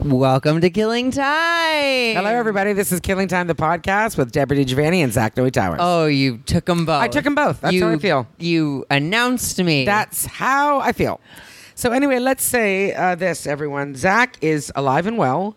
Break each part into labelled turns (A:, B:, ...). A: Welcome to Killing Time.
B: Hello, everybody. This is Killing Time, the podcast with Deborah DiGiovanni and Zach Noe Towers.
A: Oh, you took them both.
B: I took 'em both. That's how I feel.
A: You announced me.
B: That's how I feel. So, anyway, let's say uh, this, everyone. Zach is alive and well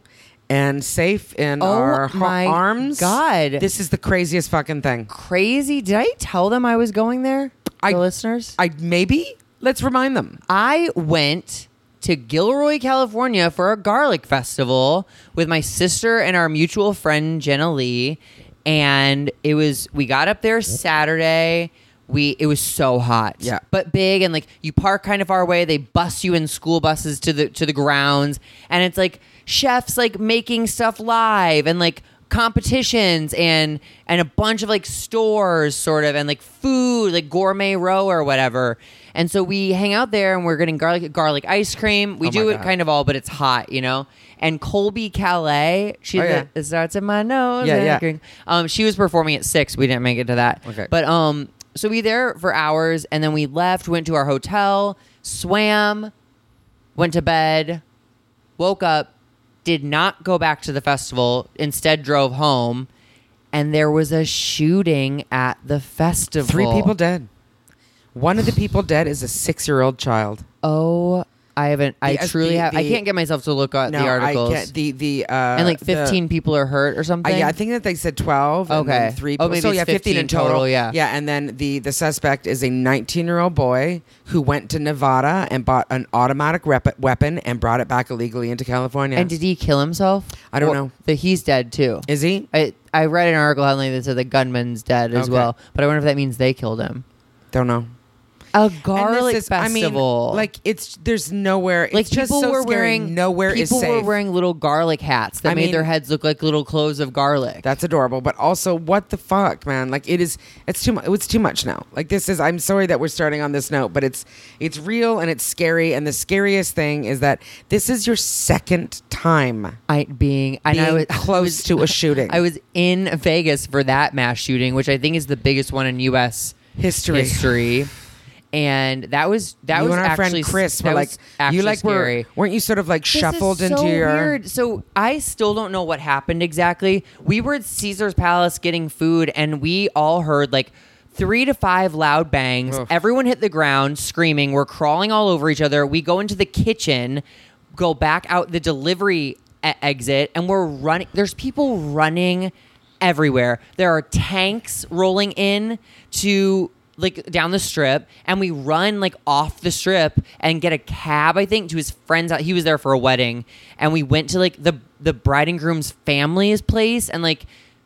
B: and safe in
A: Oh
B: our ho-
A: my
B: arms.
A: God.
B: This is the craziest fucking thing.
A: crazy. Did I tell them I was going there?
B: I-
A: the listeners.
B: I Maybe let's remind them.
A: I went to Gilroy, California for a garlic festival with my sister and our mutual friend Jenna Lee. And it was we got up there Saturday. We it was so hot.
B: Yeah.
A: But big and like you park kind of far away, they bus you in school buses to the to the grounds and it's like chefs like making stuff live and like competitions and and a bunch of like stores sort of and like food like gourmet row or whatever and so we hang out there and we're getting garlic garlic ice cream we
B: Oh my
A: do it
B: God.
A: kind of all but it's hot you know and colby calais she
B: Oh, yeah.
A: it starts in my nose
B: Yeah,
A: and
B: yeah.
A: green- um she was performing at six we didn't make it to that
B: Okay.
A: but um so we there for hours and then we left went to our hotel swam went to bed woke up, did not go back to the festival, instead drove home, and there was a shooting at the festival.
B: Three people dead. One of the people dead is a six year old child.
A: Oh, I haven't. I
B: The-
A: truly
B: the-
A: have. I
B: the-
A: can't get myself to look at
B: No,
A: Uh, the articles.
B: I can't. The, the, uh,
A: and like
B: the-
A: 15 people are hurt or something.
B: Uh, yeah, I think that they said twelve. And then
A: Okay.
B: three.
A: Oh,
B: people-
A: maybe
B: so
A: it's
B: yeah, fifteen
A: 15
B: in total.
A: total, yeah.
B: yeah. And then the the suspect is a 19 year old boy who went to Nevada and bought an automatic rep- weapon and brought it back illegally into California.
A: And did he kill himself?
B: I don't
A: Well,
B: know.
A: That he's dead too.
B: is he?
A: I I read an article online that said the gunman's dead as
B: Okay.
A: well, but I wonder if that means they killed him.
B: Don't know.
A: A
B: And this
A: garlic
B: is-
A: festival.
B: I mean, like it's there's nowhere. It's
A: like
B: just
A: people
B: so
A: were
B: scary.
A: wearing
B: nowhere
A: people
B: is safe.
A: were wearing little garlic hats that
B: I
A: made
B: mean-
A: their heads look like little cloves of garlic.
B: That's adorable, but also what the fuck, man? Like it is, it's too much. It's too much now. Like this is. I'm sorry that we're starting on this note, but it's it's real and it's scary. And the scariest thing is that this is your second time
A: I being and
B: being
A: I was
B: close to a shooting.
A: I was in Vegas for that mass shooting, which I think is the biggest one in U.S.
B: History.
A: History. And that was that
B: you
A: was
B: and our
A: actually
B: friend Chris were
A: that
B: like,
A: was actually
B: you like
A: scary.
B: were weren't you sort of like
A: This is
B: shuffled into
A: so
B: your
A: weird. So I still don't know what happened exactly. We were at Caesar's Palace getting food, and we all heard like three to five loud bangs.
B: Oof.
A: Everyone hit the ground screaming. We're crawling all over each other. We go into the kitchen, go back out the delivery e- exit, and we're running. There's people running everywhere. There are tanks rolling in to like down the strip and we run like off the strip and get a cab i think to his friends out he was there for a wedding and we went to like the the bride and groom's family's place and like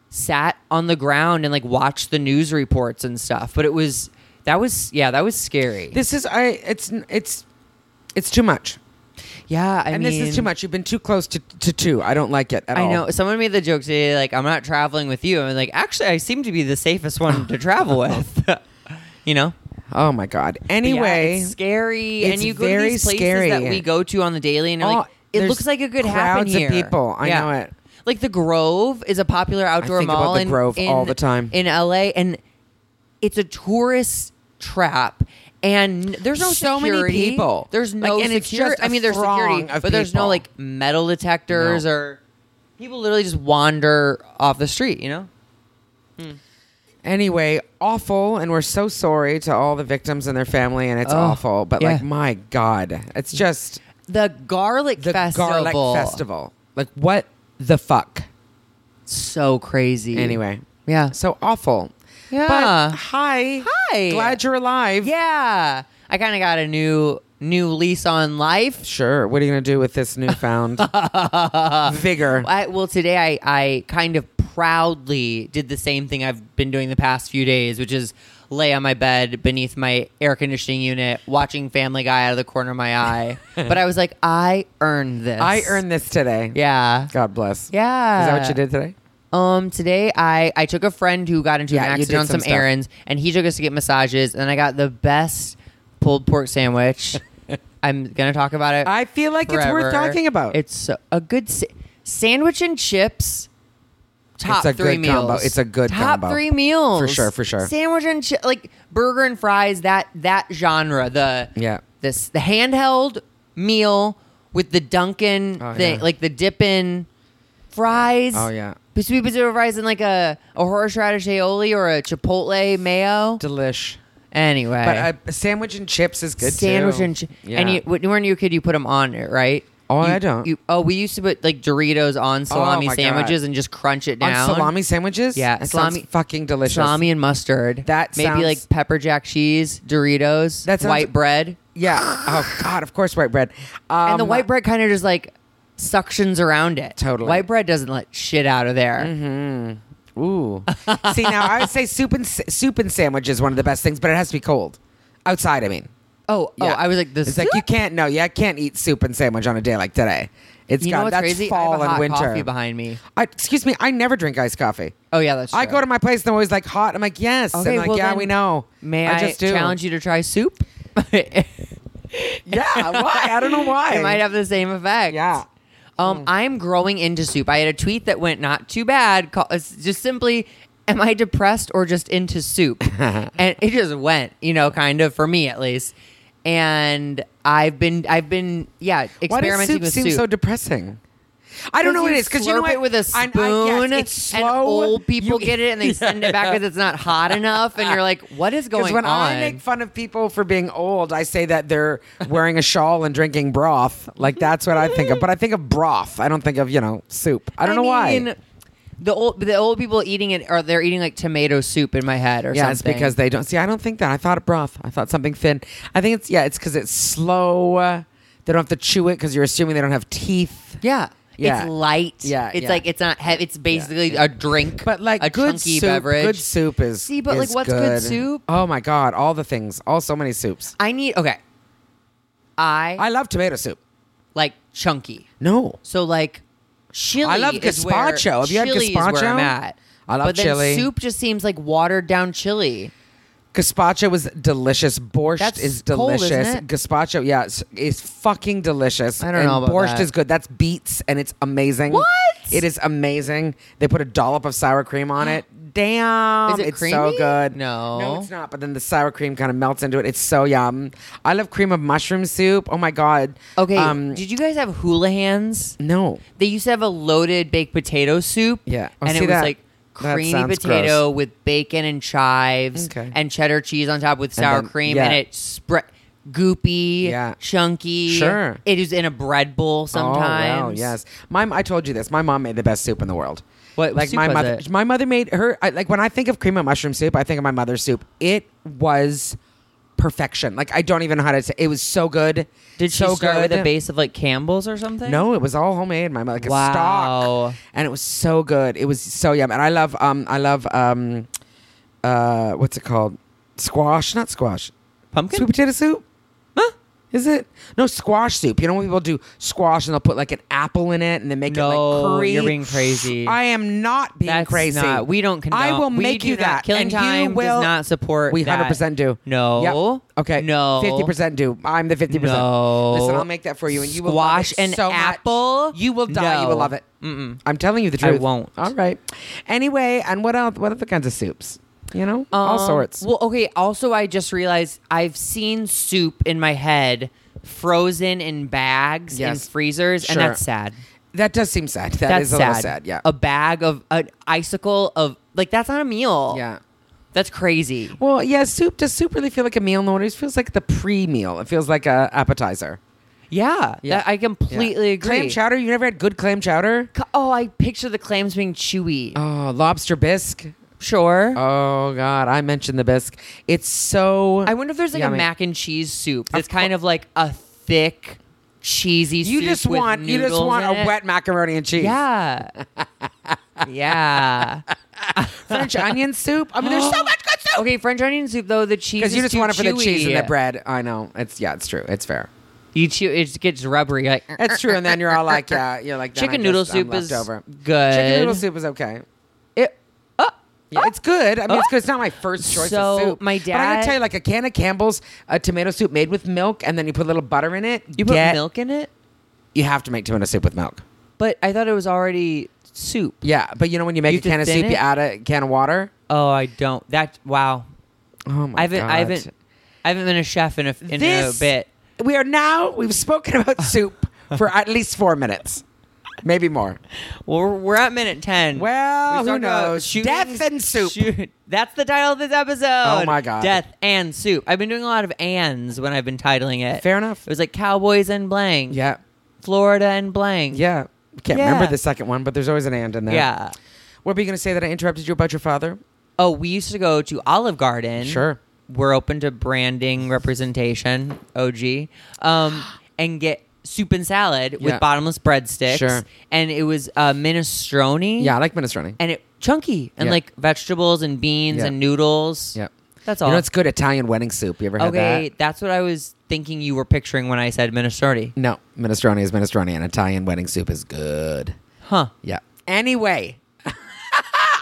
A: sat on the ground and like watched the news reports and stuff but it was that was yeah that was scary
B: This is I. It's it's it's too much.
A: yeah i
B: and
A: mean
B: this is too much. You've been too close to, to two. I don't like it at
A: I
B: all.
A: know someone made the joke today, like I'm not traveling with you. I'm like, actually, I seem to be the safest one to travel with. you know,
B: Oh my god.
A: But yeah,
B: Anyway,
A: it's scary, and
B: it's
A: you go to
B: very
A: these places
B: scary.
A: that we go to on the daily, and you're like,
B: Oh,
A: it
B: there's
A: looks like it could happen
B: crowds of
A: here.
B: people. I know it.
A: Like the Grove is a popular outdoor
B: think about
A: mall
B: the
A: in,
B: Grove
A: in-
B: all the time.
A: in LA, and it's a tourist trap. And there's no
B: So many
A: security.
B: people.
A: There's no
B: Like, and it's
A: security.
B: just a
A: I mean, there's security,
B: throng of
A: but there's no
B: people.
A: like metal detectors
B: No.
A: or people literally just wander off the street. You know.
B: anyway, awful, and we're so sorry to all the victims and their family, and it's
A: Oh,
B: awful. But like,
A: yeah.
B: my god, it's just
A: The garlic
B: the
A: festival.
B: garlic festival. Like, what the fuck?
A: So crazy.
B: Anyway,
A: Yeah.
B: so awful.
A: Yeah.
B: But hi,
A: Hi.
B: Glad you're alive.
A: Yeah. I kind of got a new new lease on life.
B: Sure. What are you gonna do with this newfound vigor?
A: I, well, today I, I kind of proudly did the same thing I've been doing the past few days, which is lay on my bed beneath my air conditioning unit, watching Family Guy out of the corner of my eye. but I was like, I earned this.
B: I earned this today.
A: Yeah.
B: God bless.
A: Yeah.
B: Is that what you did today?
A: Um, today I I took a friend who got into
B: Yeah,
A: an
B: you did
A: accident on
B: some
A: some,
B: stuff.
A: errands, and he took us to get massages, and I got the best pulled pork sandwich. I'm gonna talk about it.
B: I feel like it's
A: forever.
B: worth talking about.
A: It's so- a good sa- sandwich and chips. Top
B: It's a
A: three
B: good
A: meals.
B: combo. It's a good
A: top
B: combo.
A: three meals
B: For sure, for sure.
A: Sandwich and chi- like burger and fries. That that genre. The
B: Yeah.
A: This the handheld meal with the Dunkin'
B: Oh,
A: thing,
B: yeah.
A: like the dippin' fries.
B: Oh yeah,
A: But sweet potato fries and like a, a horseradish aioli or a chipotle mayo.
B: delish.
A: Anyway,
B: But a, a sandwich and chips is good
A: Eh? sandwich
B: too.
A: and chi-
B: yeah.
A: and you, when you were a kid, you put them on it, right?
B: Oh,
A: You-
B: I don't. Oh
A: You, oh, we used to put like Doritos on salami
B: my God.
A: sandwiches and just crunch it
B: on
A: down.
B: salami sandwiches.
A: Yeah,
B: that
A: salami-
B: sounds fucking delicious.
A: salami and mustard.
B: That
A: maybe
B: sounds-
A: like pepper jack cheese, Doritos,
B: That sounds-
A: white bread,
B: Yeah. Oh God, of course, white bread. Um,
A: and the white bread kind of just like suctions around it.
B: Totally. Mm-hmm.
A: white bread doesn't let shit out of there.
B: Ooh. See now, I would say soup and sa- soup and sandwich is one of the best things, but it has to be cold, outside. I mean,
A: Oh, oh,
B: Yeah.
A: I was like this.
B: It's like you can't. No, yeah, I can't eat soup and sandwich on a day like today. It's
A: You
B: got
A: know what's
B: that's
A: crazy?
B: fall
A: I have a
B: and
A: hot
B: winter.
A: coffee behind me.
B: I, excuse me, I never drink iced coffee.
A: Oh yeah, that's. True.
B: I go to my place and they're always like hot. I'm like, yes. and
A: Okay,
B: they're like,
A: well
B: yeah,
A: then,
B: we know.
A: May
B: I
A: I,
B: just do.
A: challenge you to try soup? yeah,
B: Yeah, why? I don't know why.
A: It might have the same effect.
B: Yeah. Mm.
A: Um, I'm growing into soup. I had a tweet that went not too bad. Call, it's just simply, am I depressed or just into soup? and it just went, you know, kind of for me at least. And I've been, I've been, yeah,
B: Why
A: experimenting
B: does soup
A: with
B: seem
A: soup.
B: so depressing? I don't know what it is because you know
A: slurp
B: what?
A: it with a
B: I- I- yes,
A: spoon.
B: it's
A: And
B: slow.
A: old people
B: You-
A: get it and they send it back because it's not hot enough. And you're like, what is
B: Because
A: going
B: when
A: on?
B: I make fun of people for being old, I say that they're wearing a shawl and drinking broth. Like that's what I think of. But I think of broth. I don't think of you know soup. I don't know why.
A: mean, The old the old people eating it are they're eating like tomato soup in my head or
B: Yeah, it's
A: something.
B: because they don't see. I don't think that. I thought of broth. I thought something thin. I think it's yeah. It's because it's slow. They don't have to chew it because you're assuming they don't have teeth.
A: yeah.
B: Yeah.
A: It's light.
B: Yeah,
A: It's
B: yeah.
A: like it's not heavy. It's basically a drink.
B: But like
A: a
B: good
A: chunky
B: soup,
A: beverage.
B: good soup is
A: See, but, like,
B: is
A: what's good soup?
B: Oh my god, all the things, all so many soups.
A: I need okay. I,
B: I love tomato soup.
A: like chunky.
B: No,
A: So like chili.
B: I love
A: is where-
B: gazpacho. Have you had
A: chili Is
B: gazpacho?
A: where I'm at.
B: I love
A: but then
B: chili.
A: Soup just seems like watered down chili.
B: gazpacho was delicious. Borscht
A: That's
B: is
A: cold,
B: delicious.
A: isn't it?
B: Gazpacho, yeah, is, is fucking delicious.
A: I don't
B: and
A: know about
B: borscht
A: that.
B: is good. That's beets, and it's amazing.
A: What?
B: It is amazing. They put a dollop of sour cream on it. Damn,
A: Is it
B: it's so
A: creamy?
B: good.
A: No.
B: no, it's not. But then the sour cream kind of melts into it. It's so yum. I love cream of mushroom soup. Oh my god.
A: Okay.
B: Um,
A: did you guys have hula hands?
B: no.
A: They used to have a loaded baked potato soup.
B: Yeah. Oh,
A: and
B: see
A: it was
B: that-
A: like
B: that
A: creamy
B: sounds
A: potato with bacon and chives
B: Okay.
A: and cheddar cheese on top with
B: And
A: sour
B: then-
A: cream,
B: yeah.
A: and it spread goopy,
B: Yeah.
A: chunky.
B: Sure.
A: It was in a bread bowl sometimes.
B: Oh, wow, yes. My, I told you this. My mom made the best soup in the world.
A: What
B: Like
A: soup
B: my
A: was
B: mother,
A: it?
B: my mother made her. I, like when I think of cream of mushroom soup, I think of my mother's soup. It was perfection. Like I don't even know how to say. It was so good.
A: Did she
B: so
A: start
B: good.
A: with a base of like Campbell's or something?
B: No, it was all homemade. My mother like a stock,
A: Wow.
B: and it was so good. It was so yum. And I love, um, I love, um, uh, what's it called? Squash, not squash.
A: pumpkin.
B: Sweet potato soup? Huh? Is it? No, squash soup. You know when people do squash and they'll put like an apple in it and they make it like
A: No,
B: curry.
A: you're being crazy.
B: I am not being
A: That's
B: crazy.
A: not- we don't condone.
B: I will
A: we
B: make
A: do
B: you
A: not-
B: that.
A: Killing
B: and
A: time
B: you will,
A: does not support.
B: We
A: that.
B: hundred percent do.
A: No.
B: Yep. Okay.
A: No.
B: Fifty percent do. I'm the fifty percent.
A: No.
B: Listen, I'll make that for you, and you will
A: Squash
B: love it
A: and
B: so much.
A: apple?
B: You will die. You will
A: No.
B: love it. Mm-mm. I'm telling you the
A: I
B: truth.
A: won't.
B: All right. Anyway, and what else? What other kinds of soups? You know, all
A: Um,
B: sorts.
A: Well, okay. Also, I just realized I've seen soup in my head frozen in bags in
B: Yes.
A: freezers, and
B: Sure.
A: that's sad.
B: That does seem sad. That
A: that's
B: is a
A: sad.
B: little sad. Yeah.
A: a bag of an icicle of like that's not a meal.
B: yeah.
A: that's crazy.
B: Well, yeah, soup does soup really feel like a meal? No, it always feels like the pre-meal. It feels like a appetizer.
A: Yeah,
B: Yeah.
A: that- I completely agree.
B: Clam chowder? You never had good clam chowder?
A: C- Oh, I picture the clams being chewy.
B: Oh, lobster bisque.
A: sure.
B: Oh God, I mentioned the bisque. It's so.
A: I wonder if there's like
B: yummy.
A: a mac and cheese soup that's kind of like a thick, cheesy.
B: You
A: soup
B: just
A: with
B: want you just
A: noodles
B: want
A: in
B: a
A: it.
B: wet macaroni and cheese.
A: Yeah. yeah.
B: French onion soup. I mean, there's so much good soup.
A: Okay, French onion soup though the cheese
B: Because you
A: is
B: just
A: too
B: want it for the
A: chewy.
B: cheese and the bread. I know. It's yeah, it's true. It's fair.
A: You chew, it gets rubbery. Like
B: It's true. And then you're all like, yeah, you're like then I
A: chicken noodle
B: just- I'm
A: soup is
B: left over.
A: good.
B: Chicken noodle soup is okay. uh,
A: It, oh,
B: Yeah,
A: oh.
B: it's good. I mean, it's good. It's not my first choice of
A: So,
B: soup.
A: my
B: But I gotta
A: dad-
B: tell you, like a can of Campbell's a tomato soup made with milk, and then you put a little butter in it.
A: you put
B: Get-
A: milk in it,
B: You have to make tomato soup with milk.
A: but I thought it was already soup.
B: Yeah, but you know when you make
A: You
B: a
A: have to
B: can of
A: thin
B: soup, you
A: it?
B: add a can of water.
A: Oh, I don't. That wow.
B: Oh my
A: I haven't.
B: god!
A: I haven't. I haven't been a chef in a in
B: This
A: a bit.
B: We are now. We've spoken about soup. for at least four minutes, maybe more.
A: Well, we're, we're at minute 10.
B: Well,
A: We've
B: who
A: talked about
B: knows? Death and soup.
A: shoot- that's the title of this episode. Oh,
B: my God.
A: Death and soup. I've been doing a lot of ands when I've been titling it.
B: Fair enough.
A: It was like Cowboys and blank.
B: Yeah,
A: Florida and blank.
B: yeah. Can't
A: Yeah.
B: remember the second one, but there's always an and in there.
A: Yeah.
B: What were you going to say that I interrupted you about your father?
A: Oh, we used to go to Olive Garden.
B: Sure.
A: We're open to branding representation, OG, um, and get soup and salad
B: Yeah.
A: with bottomless breadsticks.
B: Sure.
A: And it was uh, minestrone.
B: Yeah, I like minestrone.
A: And it chunky and
B: Yeah.
A: like vegetables and beans
B: Yeah.
A: and noodles.
B: Yeah.
A: That's
B: You
A: all.
B: know, it's good Italian wedding soup. You ever had
A: okay,
B: that?
A: that's what I was thinking you were picturing when I said minestrone.
B: No, minestrone is minestrone, and Italian wedding soup is good.
A: Huh.
B: Yeah. Anyway,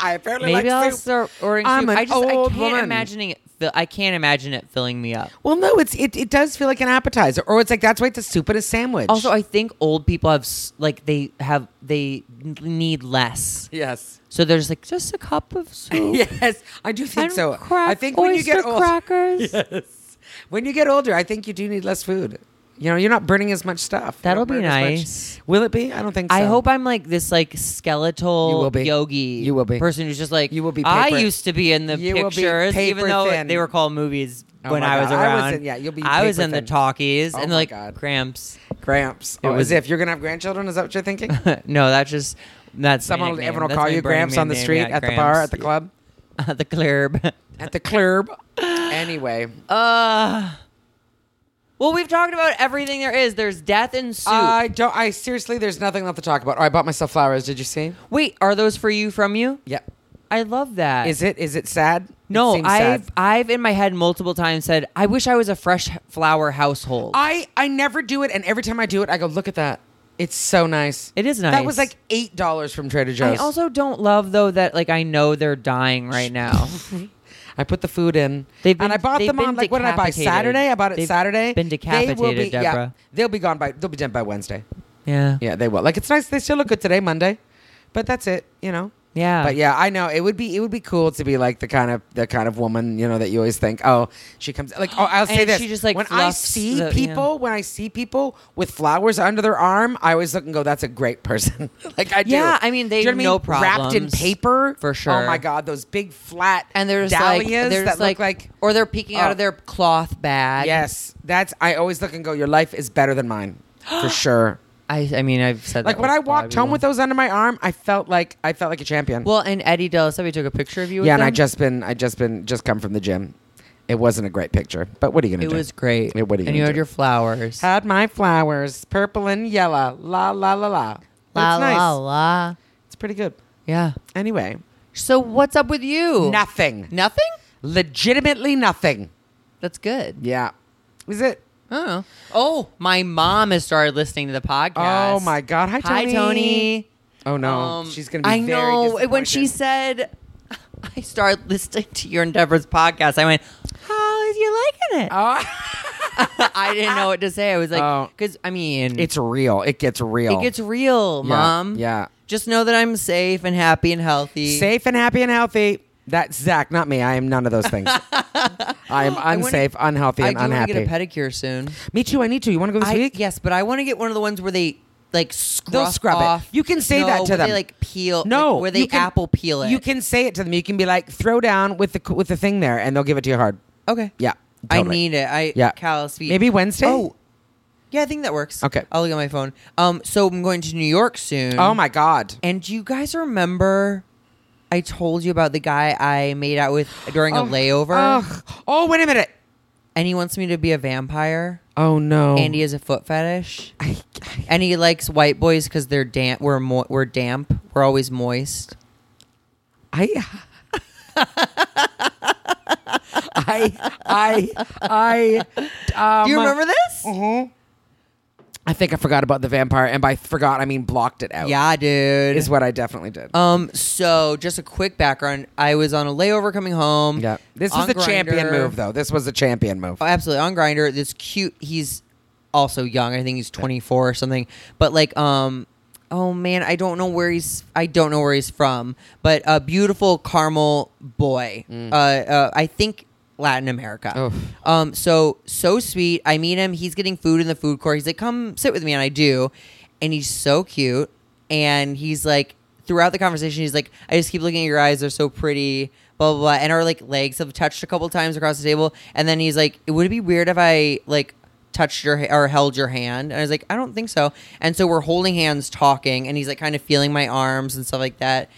B: I apparently
A: Maybe
B: like
A: I'll
B: soup.
A: start ordering
B: I'm
A: soup.
B: an
A: I just I
B: old
A: can't
B: woman.
A: imagining it. Fill, I can't imagine it filling me up.
B: Well, no, it's it, it does feel like an appetizer, or it's like that's why it's a soup and a sandwich.
A: Also, I think old people have s- like they have they n- need less.
B: yes,
A: So there's like just a cup of soup.
B: yes, I do think
A: and
B: so. I
A: crack-
B: think when you get
A: oyster
B: older,
A: crackers,
B: when you get older, I think you do need less food. You know, you're not burning as much stuff. You
A: That'll
B: don't
A: be
B: burn as much.
A: nice.
B: Will it be? I don't think so.
A: I hope I'm like this like skeletal
B: You will be.
A: yogi.
B: You will be.
A: person who's just like
B: You will be
A: I
B: paper-
A: used to be in the
B: You will be
A: pictures, even
B: paper
A: though
B: thin.
A: they were called movies
B: Oh
A: when
B: my
A: I was
B: God. I
A: around.
B: was in- yeah, you'll be
A: I was
B: paper
A: in
B: thin.
A: the talkies
B: Oh
A: and
B: my
A: like
B: God.
A: cramps.
B: Gramps.
A: It
B: Oh,
A: was-
B: as if you're gonna have grandchildren. Is that what you're thinking?
A: no, that's just that's my
B: Someone,
A: nickname.
B: everyone will
A: That's
B: call
A: my
B: you
A: brand
B: Gramps on the
A: name,
B: street,
A: yeah,
B: at the bar,
A: Gramps.
B: at the club,
A: at the club.
B: at the club. anyway,
A: Uh, well, we've talked about everything there is. There's death and soup.
B: I don't. I seriously, there's nothing left to talk about. Oh, I bought myself flowers. Did you see?
A: Wait, are those for you from you?
B: Yep.
A: I love that.
B: Is it? Is it sad?
A: no,
B: It seems sad.
A: I've I've in my head multiple times said I wish I was a fresh flower household.
B: I I never do it, and every time I do it, I go, look at that. It's so nice.
A: It is
B: That
A: nice.
B: was like eight dollars from Trader
A: I
B: Joe's.
A: also don't love though that like I know they're dying right now.
B: I put the food in,
A: They've been-
B: and I bought
A: they've
B: them on
A: been
B: like what did I buy
A: decapitated.
B: Saturday? I bought it
A: They've
B: Saturday.
A: been
B: They will be,
A: decapitated, Deborah.
B: Yeah, they'll be gone by. They'll be done by Wednesday.
A: yeah.
B: Yeah, they will. Like it's nice. They still look good today, Monday, but that's it. You know.
A: Yeah.
B: But yeah, I know it would be it would be cool to be like the kind of the kind of woman you know that you always think oh she comes like oh I'll say
A: And
B: this
A: she just, like,
B: when I
A: fluffs
B: see
A: the- yeah.
B: people when I see people with flowers under their arm I always look and go that's a great person like I do
A: Yeah, I mean, they
B: Do you know what
A: have no
B: I mean? wrapped in
A: problems,
B: paper
A: for sure.
B: oh my god those big flat
A: And they're just like
B: dahlias
A: they're just
B: that
A: like,
B: look like
A: or they're peeking out
B: Oh.
A: of their cloth bag.
B: yes that's I always look and go your life is better than mine for sure
A: I I mean I've said
B: like
A: that
B: when
A: was
B: I walked
A: probably
B: home
A: one.
B: with those under my arm I felt like I felt like a champion
A: Well, and Eddie Delasevi took a picture of you. with
B: Yeah, and I
A: them.
B: just been I just been just come from the gym. It wasn't a great picture, but what are you gonna
A: It
B: do?
A: was great.
B: Yeah, what are you
A: and you
B: gonna
A: had
B: do?
A: your flowers.
B: had my flowers, purple and yellow, la la la la.
A: la
B: That's nice.
A: la la.
B: It's pretty good.
A: Yeah.
B: Anyway,
A: So what's up with you?
B: nothing,
A: Nothing?
B: legitimately nothing.
A: That's good.
B: Yeah, is it?
A: Oh. Oh, my mom has started listening to the podcast.
B: Oh my God! Hi,
A: Hi,
B: Tony.
A: Tony.
B: Oh no,
A: Um,
B: she's gonna be.
A: I
B: very
A: know. When she said,
B: disappointed.
A: "I started listening to your endeavors podcast," I went, "How is you liking it?"
B: Oh.
A: I didn't know what to say. I was
B: Oh.
A: like, "Because I mean,
B: it's real. It gets real.
A: it gets real,
B: Yeah,
A: mom.
B: yeah.
A: Just know that I'm safe and happy and healthy.
B: safe and happy and healthy. That's Zach, not me. I am none of those things. I am
A: I wanna-
B: unsafe, unhealthy,
A: I
B: and
A: do want
B: unhappy.
A: to get a pedicure soon.
B: Me too. I need to. You want to go this
A: I,
B: week?
A: yes, but I want to get one of the ones where they like scrub
B: They'll scrub it.
A: off.
B: You can say
A: No,
B: that to
A: where
B: them.
A: They like peel.
B: No,
A: like, where
B: you
A: they
B: can-
A: apple peel it.
B: You can say it to them. You can be like, throw down with the with the thing there, and they'll give it to you hard.
A: Okay.
B: Yeah,
A: I
B: totally.
A: need it. I
B: Yeah.
A: callous feet.
B: Maybe Wednesday.
A: Oh, yeah, I think that works.
B: Okay.
A: I'll look at my phone. Um, so I'm going to New York soon.
B: oh my god.
A: And do you guys remember? I told you about the guy I made out with during a
B: Oh,
A: layover,
B: ugh. Oh wait a minute.
A: and he wants me to be a vampire.
B: Oh no.
A: And he has a foot fetish.
B: I, I-
A: and he likes white boys because they're damp. We're mo- we're damp. We're always moist.
B: I I I I. Um,
A: Do you remember this?
B: I think I forgot about the vampire, and by forgot I mean blocked it out.
A: Yeah, dude.
B: Oh. is what I definitely did.
A: um. So just a quick background. I was on a layover coming home.
B: yeah, this
A: on
B: was the champion
A: Grindr.
B: move, though. This was the champion move.
A: Oh, absolutely on grinder this cute he's also young i think he's 24 or something but like um oh man i don't know where he's i don't know
B: Mm.
A: where he's from but a beautiful caramel boy uh, uh i think Latin America.
B: Oof.
A: Um, so so sweet. I meet him. He's getting food in the food court. He's like, "Come sit with me," and I do. And he's so cute. And he's like, throughout the conversation, he's like, "I just keep looking at your eyes. They're so pretty." Blah blah. blah. And our like legs have touched a couple times across the table. And then he's like, "Would it be weird if I like?" touched your ha- or held your hand and i was like i don't think so and so we're holding hands talking and he's like kind of feeling my arms and stuff like that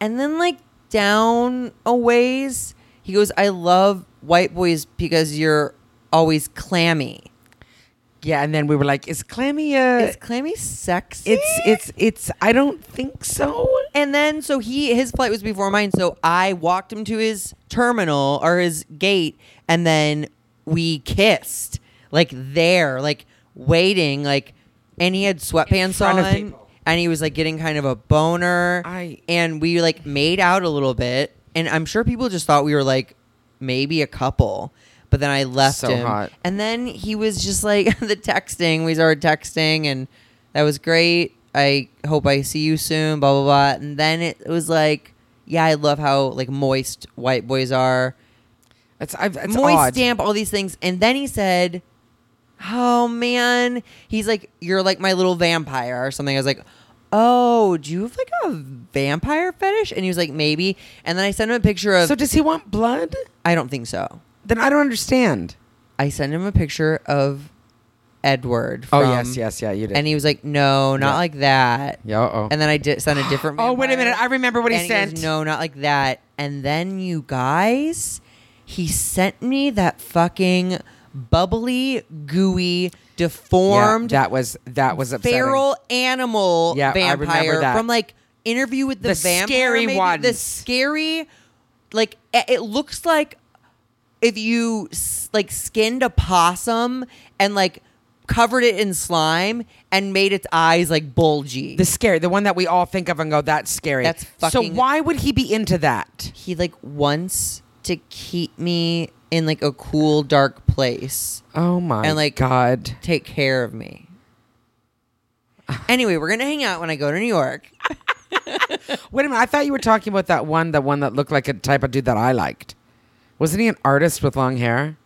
A: and then like down a ways he goes i love white boys because you're always clammy
B: Yeah, and then we were like, "Is clammy a?
A: is clammy sexy
B: it's it's it's. I don't think so.
A: and then so he his flight was before mine so i walked him to his terminal or his gate and then we kissed like there like waiting like and he had sweatpants
B: front
A: on
B: of people.
A: and he was like getting kind of a boner
B: I-
A: and we like made out a little bit and i'm sure people just thought we were like maybe a couple but then i left
B: So
A: him
B: hot.
A: and then he was just like the texting. We started texting, and that was great. I hope I see you soon. Blah blah blah. And then it was like, yeah, I love how like moist white boys are.
B: It's I've, it's
A: moist
B: odd.
A: damp, all these things. And then he said, "Oh man," he's like, "You're like my little vampire or something." I was like. Oh, do you have like a vampire fetish? And he was like, maybe. And then I sent him a picture of.
B: So does he want blood?
A: I don't think so.
B: Then I don't understand.
A: I sent him a picture of Edward.
B: Oh
A: from-
B: yes, yes, yeah, you did.
A: And he was like, "No, not
B: Yeah.
A: like that."
B: yeah, uh-oh.
A: And then I did send a different.
B: oh wait a
A: vampire,
B: minute, I remember what he
A: and
B: sent.
A: goes, no, not like that. And then you guys, he sent me that fucking bubbly, gooey, deformed,
B: Yeah, that was that was upsetting.
A: feral animal
B: Yeah, I remember
A: vampire
B: that.
A: from like Interview with the,
B: The
A: Vampire.
B: scary
A: maybe? The
B: ones.
A: scary, like e- it looks like if you s- like skinned a possum and like covered it in slime and made its eyes like bulgy.
B: The scary, the one that we all think of and go, that's scary.
A: That's
B: So
A: fucking-
B: why would he be into that?
A: he like wants to keep me in like a cool dark place
B: Oh my
A: And, like-
B: God.
A: take care of me anyway we're gonna hang out when i go to new york
B: Wait a minute, I thought you were talking about that one, the one that looked like a type of dude that I liked. Wasn't he an artist with long hair?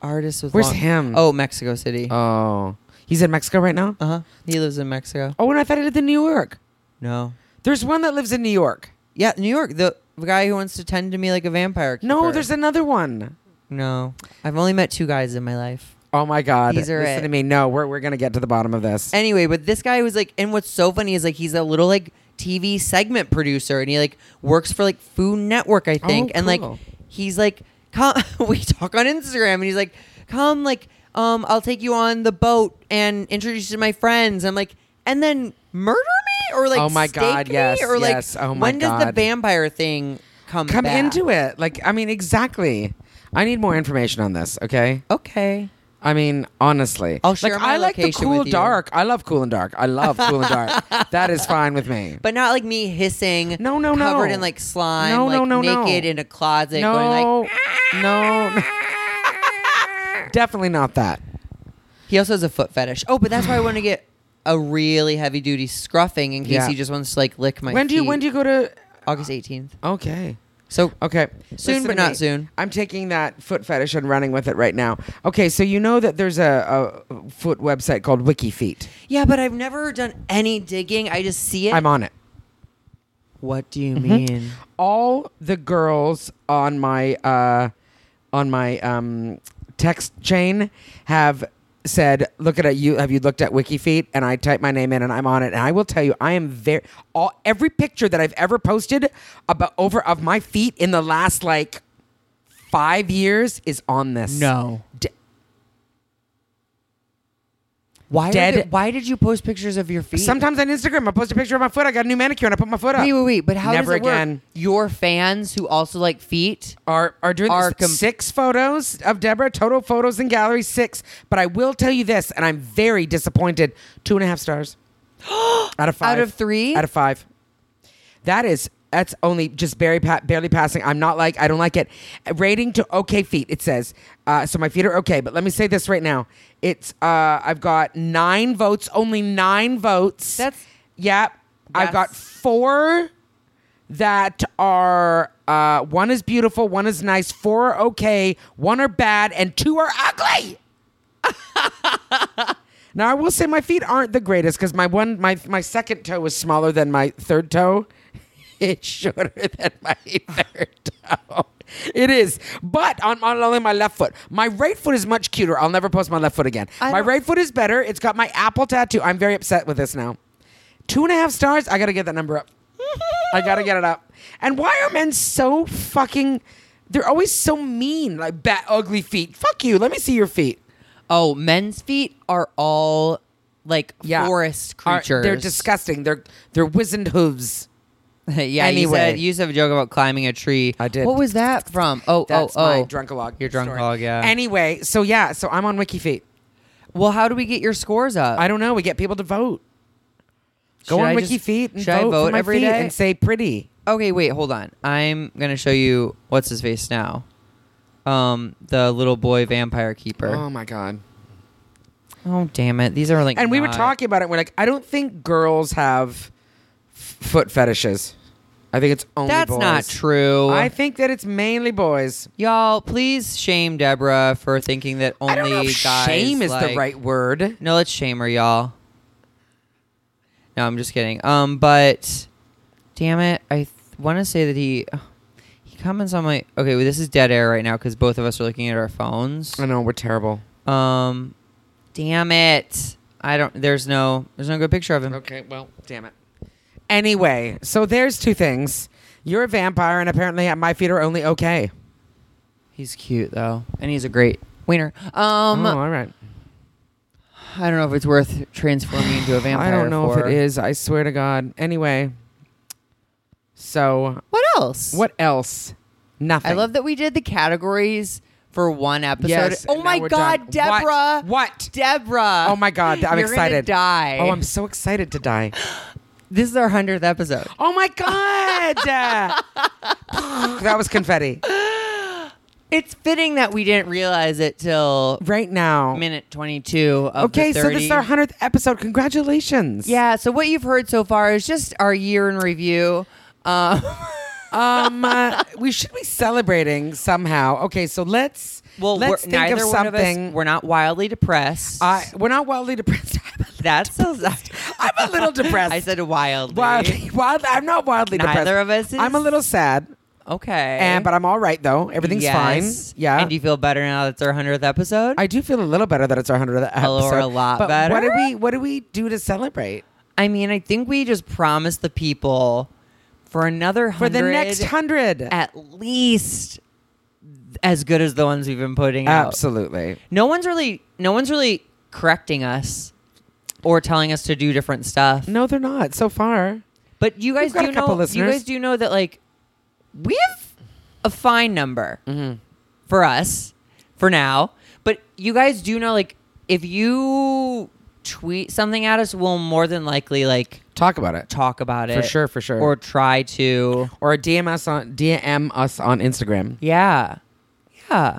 A: artist with
B: Where's
A: long-
B: him?
A: oh mexico city
B: Oh. He's in Mexico right now?
A: uh-huh he lives in mexico
B: Oh, and I thought he lived in New York.
A: no
B: There's one that lives in New York.
A: yeah new york the, the guy who wants to tend to me like a vampire
B: No,
A: keeper.
B: there's another one.
A: no i've only met two guys in my life
B: Oh my God.
A: These are
B: Listen
A: it.
B: to me. No, we're, we're going to get to the bottom of this.
A: anyway but this guy was like and what's so funny is like he's a little like tv segment producer and he like works for like food network i think and like
B: Oh, cool.
A: he's like come we talk on instagram and he's like come like um i'll take you on the boat and introduce you to my friends i'm like and then murder me or like
B: Oh my
A: stake
B: God,
A: me?
B: yes,
A: or like
B: yes. Oh my
A: when does the
B: God.
A: vampire thing come
B: Come
A: back?
B: into it. Like, I mean, exactly. I need more information on this, okay?
A: okay
B: I mean, honestly,
A: I'll share
B: like,
A: my
B: I like the
A: location
B: cool
A: with you.
B: dark. I love cool and dark. I love cool and dark. That is fine with me.
A: but not like me hissing
B: No, no, no.
A: covered in like slime
B: No,
A: like
B: no, no, no.
A: naked in a closet
B: no,
A: going like
B: no, no. definitely not that.
A: He also has a foot fetish. Oh, but that's why I want to get a really heavy duty scruffing in case
B: Yeah.
A: he just wants to like lick my.
B: when do you? When do you go to?
A: August eighteenth.
B: Okay,
A: So
B: okay.
A: Soon,
B: Listen
A: but
B: to
A: not
B: me.
A: soon.
B: I'm taking that foot fetish and running with it right now. Okay, so you know that there's a, a foot website called WikiFeet.
A: yeah, but I've never done any digging. I just see it.
B: I'm on it.
A: what do you mean?
B: all the girls on my uh, on my um, text chain have said, "Look at it. You have you looked at WikiFeet?" And I type my name in, and I'm on it. And I will tell you, I am very all every picture that I've ever posted about over of my feet in the last like five years is on this.
A: No.
B: D-
A: Why?
B: Dead-
A: Did, why did you post pictures of your feet?
B: Sometimes on Instagram, I post a picture of my foot. I got a new manicure, and I put my foot up.
A: Wait, wait, wait. But how
B: Never
A: does it work?
B: again.
A: Your fans who also like feet.
B: are are doing
A: Are
B: this-
A: com-
B: six photos of Deborah, total photos in gallery six. But I will tell you this, and I'm very disappointed. Two and a half stars out of five.
A: Out of three?
B: Out of five. That is that's only just barely pa- barely passing. I'm not like I don't like it. Rating to okay feet. It says uh, so. My feet are okay, but let me say this right now. It's uh, I've got nine votes. Only nine votes.
A: That's-
B: yeah. I've got
A: That's-
B: four that are uh, one is beautiful, one is nice, four are okay, one are bad, and two are ugly. now I will say my feet aren't the greatest because my one my my second toe is smaller than my third toe. It's shorter than my third toe. It is, but on, on only my left foot. My right foot is much cuter. I'll never post my left foot again.
A: I
B: my
A: don't-
B: right foot is better. It's got my apple tattoo. I'm very upset with this now. Two and a half stars. I gotta get that number up. I gotta get it up. And why are men so fucking? They're always so mean. Like bat ugly feet. Fuck you. Let me see your feet.
A: Oh, men's feet are all like
B: Yeah.
A: forest
B: Are-
A: creatures.
B: they're disgusting. They're they're wizened hooves.
A: yeah, you
B: Anyway.
A: said you used to have a joke about climbing a tree.
B: I did.
A: What was that from? Oh,
B: That's
A: oh, oh.
B: my drunkalog.
A: Your drunkalog,
B: story.
A: yeah.
B: Anyway, so yeah, so I'm on Wiki Feet.
A: well, how do we get your scores up?
B: I don't know. We get people to vote. Go
A: Uh, Should
B: on
A: I
B: Wiki
A: just-
B: Feet and
A: should
B: vote,
A: I vote
B: for my
A: every
B: feet
A: day?
B: and say pretty.
A: okay, wait, hold on. I'm gonna show you what's his face now. Um, the little boy vampire keeper.
B: Oh my god.
A: oh damn it! These are like.
B: And we were
A: not-
B: talking about it. We're like, I don't think girls have f- foot fetishes. I think it's only
A: That's
B: boys.
A: not true.
B: I think that it's mainly boys.
A: Y'all, please shame Deborah for thinking that only
B: I don't know if
A: guys.
B: shame is the
A: like-
B: right word.
A: No, let's shame her, y'all. No, I'm just kidding. Um, but damn it, I th- want to say that he uh, he comments on my okay. Well, this is dead air right now because both of us are looking at our phones.
B: I know we're terrible.
A: Um, damn it, I don't. There's no there's no good picture of him.
B: Okay, well, damn it. Anyway, so there's two things. You're a vampire, and apparently my feet are only okay.
A: He's cute though, and he's a great wiener. Um,
B: oh, all right.
A: I don't know if it's worth transforming into a vampire.
B: I don't know
A: for.
B: if it is. I swear to God. Anyway, so
A: What else?
B: what else? Nothing.
A: I love that we did the categories for one episode.
B: Yes,
A: oh
B: and
A: my
B: now we're
A: God,
B: done. What?
A: Deborah!
B: What?
A: Deborah!
B: Oh my God! I'm
A: You're gonna
B: excited.
A: die.
B: Oh, I'm so excited to die.
A: This is our hundredth episode.
B: Oh my God! that was confetti.
A: It's fitting that we didn't realize it till
B: Right now.
A: minute twenty-two of
B: okay,
A: the
B: so this is
A: 30.
B: our hundredth episode. Congratulations!
A: yeah. So what you've heard so far is just our year in review. Um,
B: um, uh, we should be celebrating somehow. Okay, so let's
A: well,
B: let's
A: we're,
B: think
A: neither
B: of
A: one of us-
B: something.
A: we're not wildly depressed.
B: I, we're not wildly depressed.
A: That's so.
B: I'm a little depressed.
A: I said wildly.
B: wildly, wild, I'm not wildly
A: Neither
B: depressed.
A: of us is?
B: I'm a little sad,
A: Okay.
B: and but I'm all right though. Everything's
A: Yes.
B: fine. Yeah.
A: And do you feel better now that's our hundredth episode?
B: I do feel a little better that it's our hundredth episode.
A: little or a lot
B: but What
A: better?
B: did we What did we do to celebrate
A: I mean, I think we just promised the people for another
B: for
A: hundred
B: the next hundred?
A: at least as good as the ones we've been
B: Oh.
A: putting out.
B: Absolutely.
A: No one's really no one's really correcting us or telling us to do different stuff.
B: No, they're not so far.
A: But you guys
B: got
A: do
B: a couple
A: know you
B: listeners.
A: guys do know that like we have a fine number
B: Mm-hmm.
A: for us for now. But you guys do know like if you tweet something at us, we'll more than likely like
B: Talk about it.
A: talk about it
B: For sure, for sure.
A: or try to
B: Or DM us on DM us on Instagram.
A: yeah yeah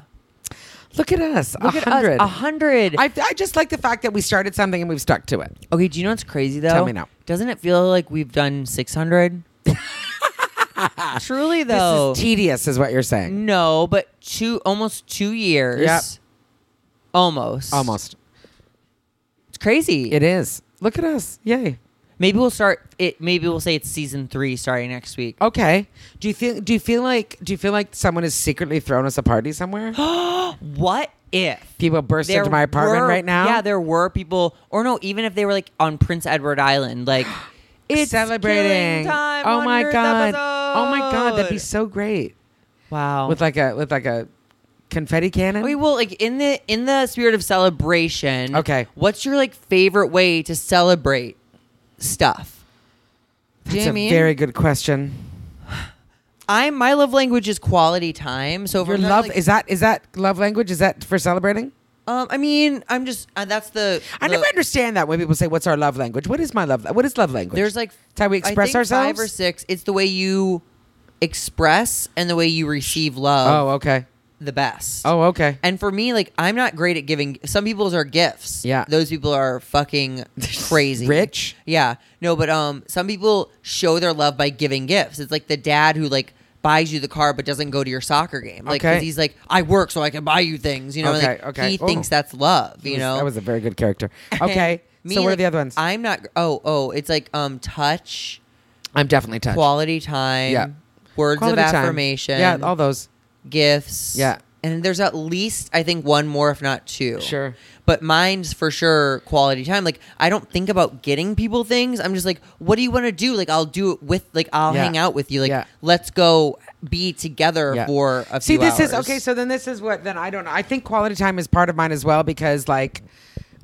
B: Look at us, a
A: look at us,
B: hundred.
A: a hundred
B: I, I just like the fact that we started something and we've stuck to it.
A: okay do you know what's crazy though
B: Tell me now.
A: doesn't it feel like we've done 600 truly though
B: This is tedious, is what you're saying.
A: no but two almost two years
B: Yep.
A: almost
B: Almost.
A: it's crazy
B: It is. Look at us. Yay.
A: maybe we'll start it maybe we'll say it's season three starting next week
B: Okay. Do you think? Do you feel like? Do you feel like someone has secretly thrown us a party somewhere?
A: what if
B: People burst into my apartment
A: were-
B: right now.
A: Yeah, there were people, or no, even if they were like on Prince Edward Island, like it's
B: celebrating.
A: killing time.
B: oh my
A: 100th
B: god. Oh my god. That'd be
A: episode.
B: so great.
A: wow.
B: With like a with like a confetti cannon.
A: we will like in the in the spirit of celebration.
B: Okay.
A: what's your like favorite way to celebrate stuff? Do you know what
B: That's a
A: I mean?
B: very good question.
A: I'm my love language is quality time. So if
B: Your
A: we're gonna,
B: love
A: like-
B: is that is that love language? Is that for celebrating?
A: Um, I mean, I'm just uh, that's the.
B: I
A: the-
B: never understand that when people say, "What's our love language?" What is my love? What is love language?
A: There's like
B: It's how we
A: I
B: express
A: think
B: ourselves?
A: Five or six. It's the way you express and the way you receive love.
B: oh, okay.
A: the best.
B: Oh, okay.
A: And for me, like I'm not great at giving. Some people's are gifts.
B: Yeah.
A: those people are fucking crazy
B: Rich?
A: Yeah, no, but um, some people show their love by giving gifts. It's like the dad who like buys you the car but doesn't go to your soccer game. Like 'cause
B: Okay.
A: he's like, I work so I can buy you things. You know,
B: Okay,
A: like,
B: okay.
A: He
B: Ooh.
A: thinks that's love. You
B: That was-
A: know,
B: that was a very good character. Okay,
A: Me,
B: so what are
A: like,
B: the other ones?
A: I'm not. Oh, oh, it's like um, touch,
B: I'm definitely touched.
A: quality time,
B: Yeah.
A: words
B: Quality
A: of
B: time.
A: affirmation,
B: Yeah, all those.
A: gifts.
B: Yeah.
A: And there's at least I think one more, if not two.
B: Sure.
A: But mine's for sure quality time. Like I don't think about getting people things. I'm just like, what do you want to do? Like I'll do it with like I'll
B: Yeah.
A: hang out with you. Like
B: Yeah.
A: let's go be together
B: Yeah.
A: for a
B: See,
A: few
B: this is
A: hours.
B: okay. So then this is what then I don't know. I think quality time is part of mine as well because like,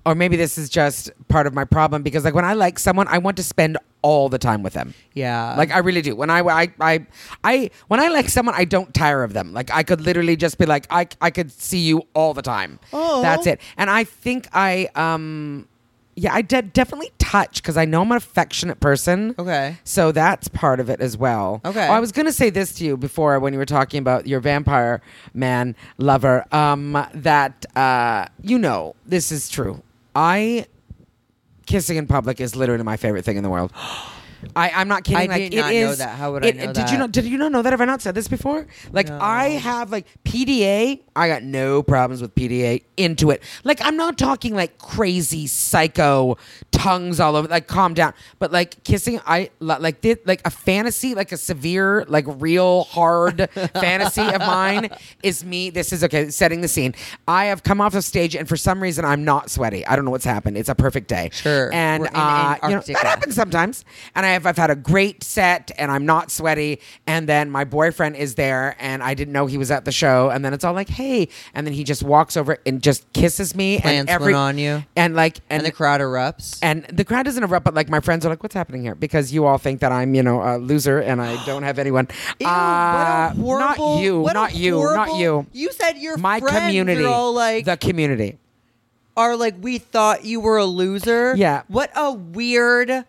B: or maybe this is just part of my problem because like when I like someone, I want to spend all the time with them.
A: yeah.
B: Like I really do. When I, I I I when I like someone, I don't tire of them. Like I could literally just be like I I could see you all the time.
A: Oh.
B: That's it. And I think I um yeah, I de- definitely touch because I know I'm an affectionate person.
A: Okay.
B: So that's part of it as well.
A: Okay.
B: Oh, I was going to say this to you before when you were talking about your vampire man lover um that uh you know, this is true. I kissing in public is literally my favorite thing in the world. I, I'm not kidding.
A: I
B: like,
A: did
B: it
A: not know
B: is-
A: that. How would I
B: it-
A: know
B: Did you
A: that?
B: know? Did you not know that? Have I not said this before? Like I have like PDA. I got no problems with PDA. Into it. Like I'm not talking like crazy psycho tongues all over. Like calm down. But like kissing, I li- like did like a fantasy, like a severe, like real hard fantasy of mine is me. This is okay. Setting the scene. I have come off the stage and for some reason I'm not sweaty. I don't know what's happened. It's a perfect day.
A: Sure.
B: And
A: We're in
B: uh, you know,
A: Antarctica.
B: that happens sometimes. And I have I've had a great set and I'm not sweaty. And then my boyfriend is there and I didn't know he was at the show. And then it's all like, hey. And then he just walks over and just kisses me and
A: Plants
B: every
A: went on you.
B: And like
A: And
B: and
A: the crowd erupts.
B: and the crowd doesn't erupt, but like my friends are like, "What's happening here?" Because you all think that I'm, you know, a loser and I don't have anyone.
A: Ew, what a
B: Uh,
A: horrible-
B: not you,
A: what a
B: not you,
A: horrible-
B: not you.
A: You said your
B: My
A: friends
B: community,
A: are all like
B: the community.
A: are like we thought you were a loser.
B: Yeah.
A: What a weird,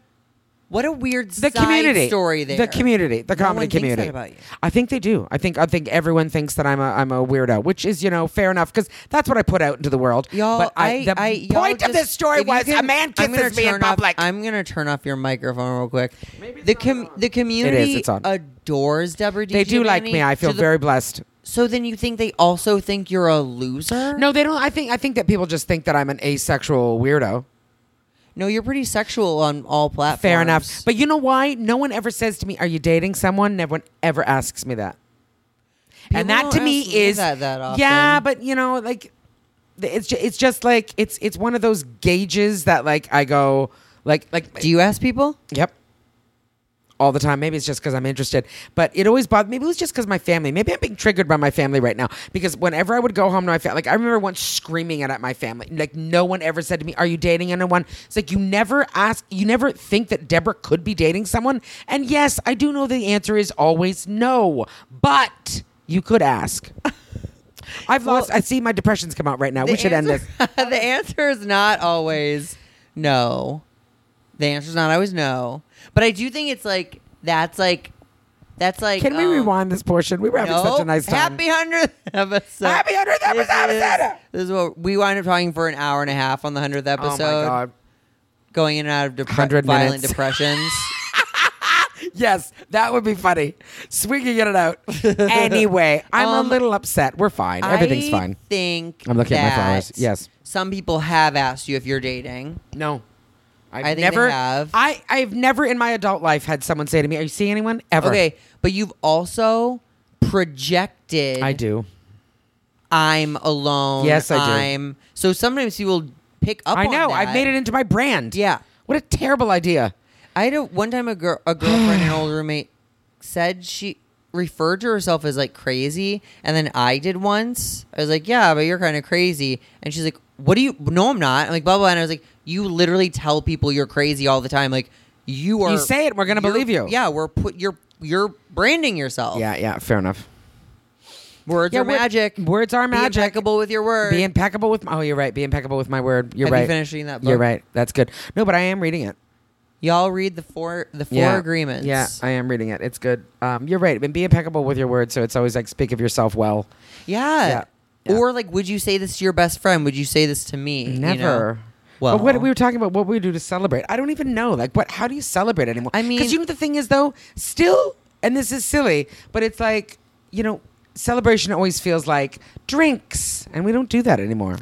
A: what a weird
B: the
A: side
B: community
A: story there.
B: the community the
A: No one
B: comedy
A: thinks that
B: community
A: about you.
B: i think they do i think i think everyone thinks that i'm a i'm a weirdo which is you know fair enough because that's what i put out into the world
A: Y'all,
B: but
A: I,
B: the
A: I- y'all
B: point
A: just-
B: of this story
A: if you
B: was a
A: can-
B: man
A: I'm gonna
B: kisses me in
A: turn off-
B: public
A: I'm gonna turn off your microphone real quick.
B: Maybe it's
A: the
B: not on.
A: the community
B: It is, it's on.
A: adores Deborah.
B: they do like
A: DiGiovanni
B: me i feel
A: to the-
B: very blessed
A: So then you think they also think you're a loser?
B: no they don't i think i think that people just think that i'm an asexual weirdo
A: no, you're pretty sexual on all platforms.
B: fair enough but you know why no one ever says to me are you dating someone no one ever asks me that and
A: People
B: that to
A: don't
B: me
A: ask me
B: is
A: that that often.
B: yeah but you know like th- it's just, it's just like it's it's one of those gauges that like i go like like
A: do you ask people?
B: yep all the time maybe it's just because i'm interested but it always bothered maybe it was just because my family maybe i'm being triggered by my family right now because whenever i would go home to my family like i remember once screaming it at my family like no one ever said to me are you dating anyone it's like you never ask you never think that deborah could be dating someone and yes i do know the answer is always no but you could ask I've lost. I see my depression's come out right now. We should end this.
A: the answer is not always no. The answer is not always no. But I do think it's like that's like that's like.
B: Can we
A: um,
B: rewind this portion? We were having
A: no.
B: such a nice time.
A: Happy hundredth episode.
B: Happy 100th episode,
A: This is,
B: Santa.
A: this is what we wind up talking for an hour and a half on the hundredth
B: oh my
A: episode.
B: god.
A: Going in and out of depre-
B: 100
A: violent
B: minutes.
A: depressions.
B: Yes, that would be funny. Swinging it out. anyway, I'm
A: Um,
B: a little upset. We're fine. Everything's
A: I
B: fine.
A: Think
B: I'm looking at my
A: that
B: flowers. Yes.
A: Some people have asked you if you're dating.
B: No. I've
A: I think they
B: never
A: have.
B: I, I've never in my adult life had someone say to me, Are you seeing anyone? Ever.
A: Okay, but you've also projected.
B: I do.
A: I'm alone.
B: Yes, I do.
A: I'm so sometimes you will pick up.
B: I
A: on
B: know.
A: that.
B: I've made it into my brand.
A: Yeah.
B: What a terrible idea.
A: I had a, one time a girl, a girlfriend, an old roommate, said she referred to herself as like crazy, and then I did once. I was like, "Yeah, but you're kind of crazy," and she's like, "What do you? No, I'm not." I'm like, "Blah blah," and I was like, "You literally tell people you're crazy all the time. Like, you are.
B: You say it, we're gonna
A: you're-
B: believe you.
A: Yeah, we're put. You're you're branding yourself.
B: Yeah, yeah, fair enough.
A: words
B: Yeah,
A: are
B: wor-
A: Oh. magic.
B: words are magic.
A: Be impeccable with your words.
B: Be impeccable with my Oh, you're right. Be impeccable with my word. You're
A: Have you
B: right.
A: finished reading that
B: You're
A: book?
B: right. That's good. No, but I am reading it.
A: Y'all read the four the four agreements.
B: Yeah, I am reading it. It's good. Um, you're right. And be impeccable with your words. So it's always like speak of yourself well.
A: yeah.
B: Yeah. Yeah.
A: Or like, would you say this to your best friend? Would you say this to me? You know?
B: Never.
A: Well,
B: but what we were talking about, what we do to celebrate. I don't even know. Like, what? How do you celebrate anymore?
A: I mean-
B: because you know what the thing is though. Still, and this is silly, but it's like you know, celebration always feels like drinks, and we don't do that anymore.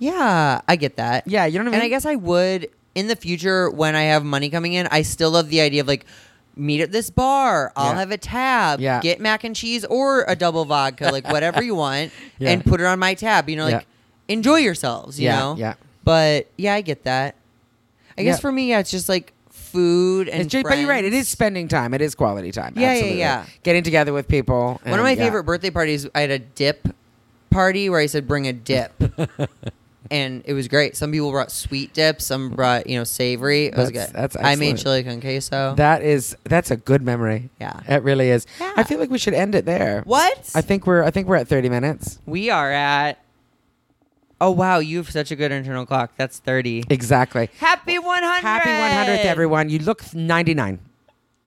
A: yeah, I get that.
B: Yeah, you know what I mean.
A: And I guess I would in the future when I have money coming in. I still love the idea of like meet at this bar. I'll
B: Yeah.
A: have a tab.
B: Yeah.
A: Get mac and cheese or a double vodka, like whatever you want,
B: Yeah.
A: and put it on my tab. You know, like enjoy yourselves. You
B: Yeah,
A: know.
B: yeah.
A: But yeah, I get that. I guess
B: Yeah.
A: for me, yeah, it's just like food and.
B: It's ju- but you're right. It
A: friends.
B: is spending time. It is quality time.
A: Yeah, yeah,
B: absolutely.
A: yeah.
B: Getting together with people.
A: One
B: and-
A: of my
B: yeah.
A: favorite birthday parties, I had a dip party where I said bring a dip. and it was great. Some people brought sweet dips, some brought, you know, savory. It was
B: That's-
A: good.
B: that's
A: I made chili
B: excellent.
A: con queso.
B: That is that's a good memory.
A: Yeah.
B: It really is.
A: Yeah.
B: I feel like we should end it there.
A: what?
B: I think we're I think we're at 30 minutes.
A: we are at Oh wow, you have such a good internal clock. That's 30.
B: Exactly.
A: Happy 100.
B: Happy 100th everyone. You look 99.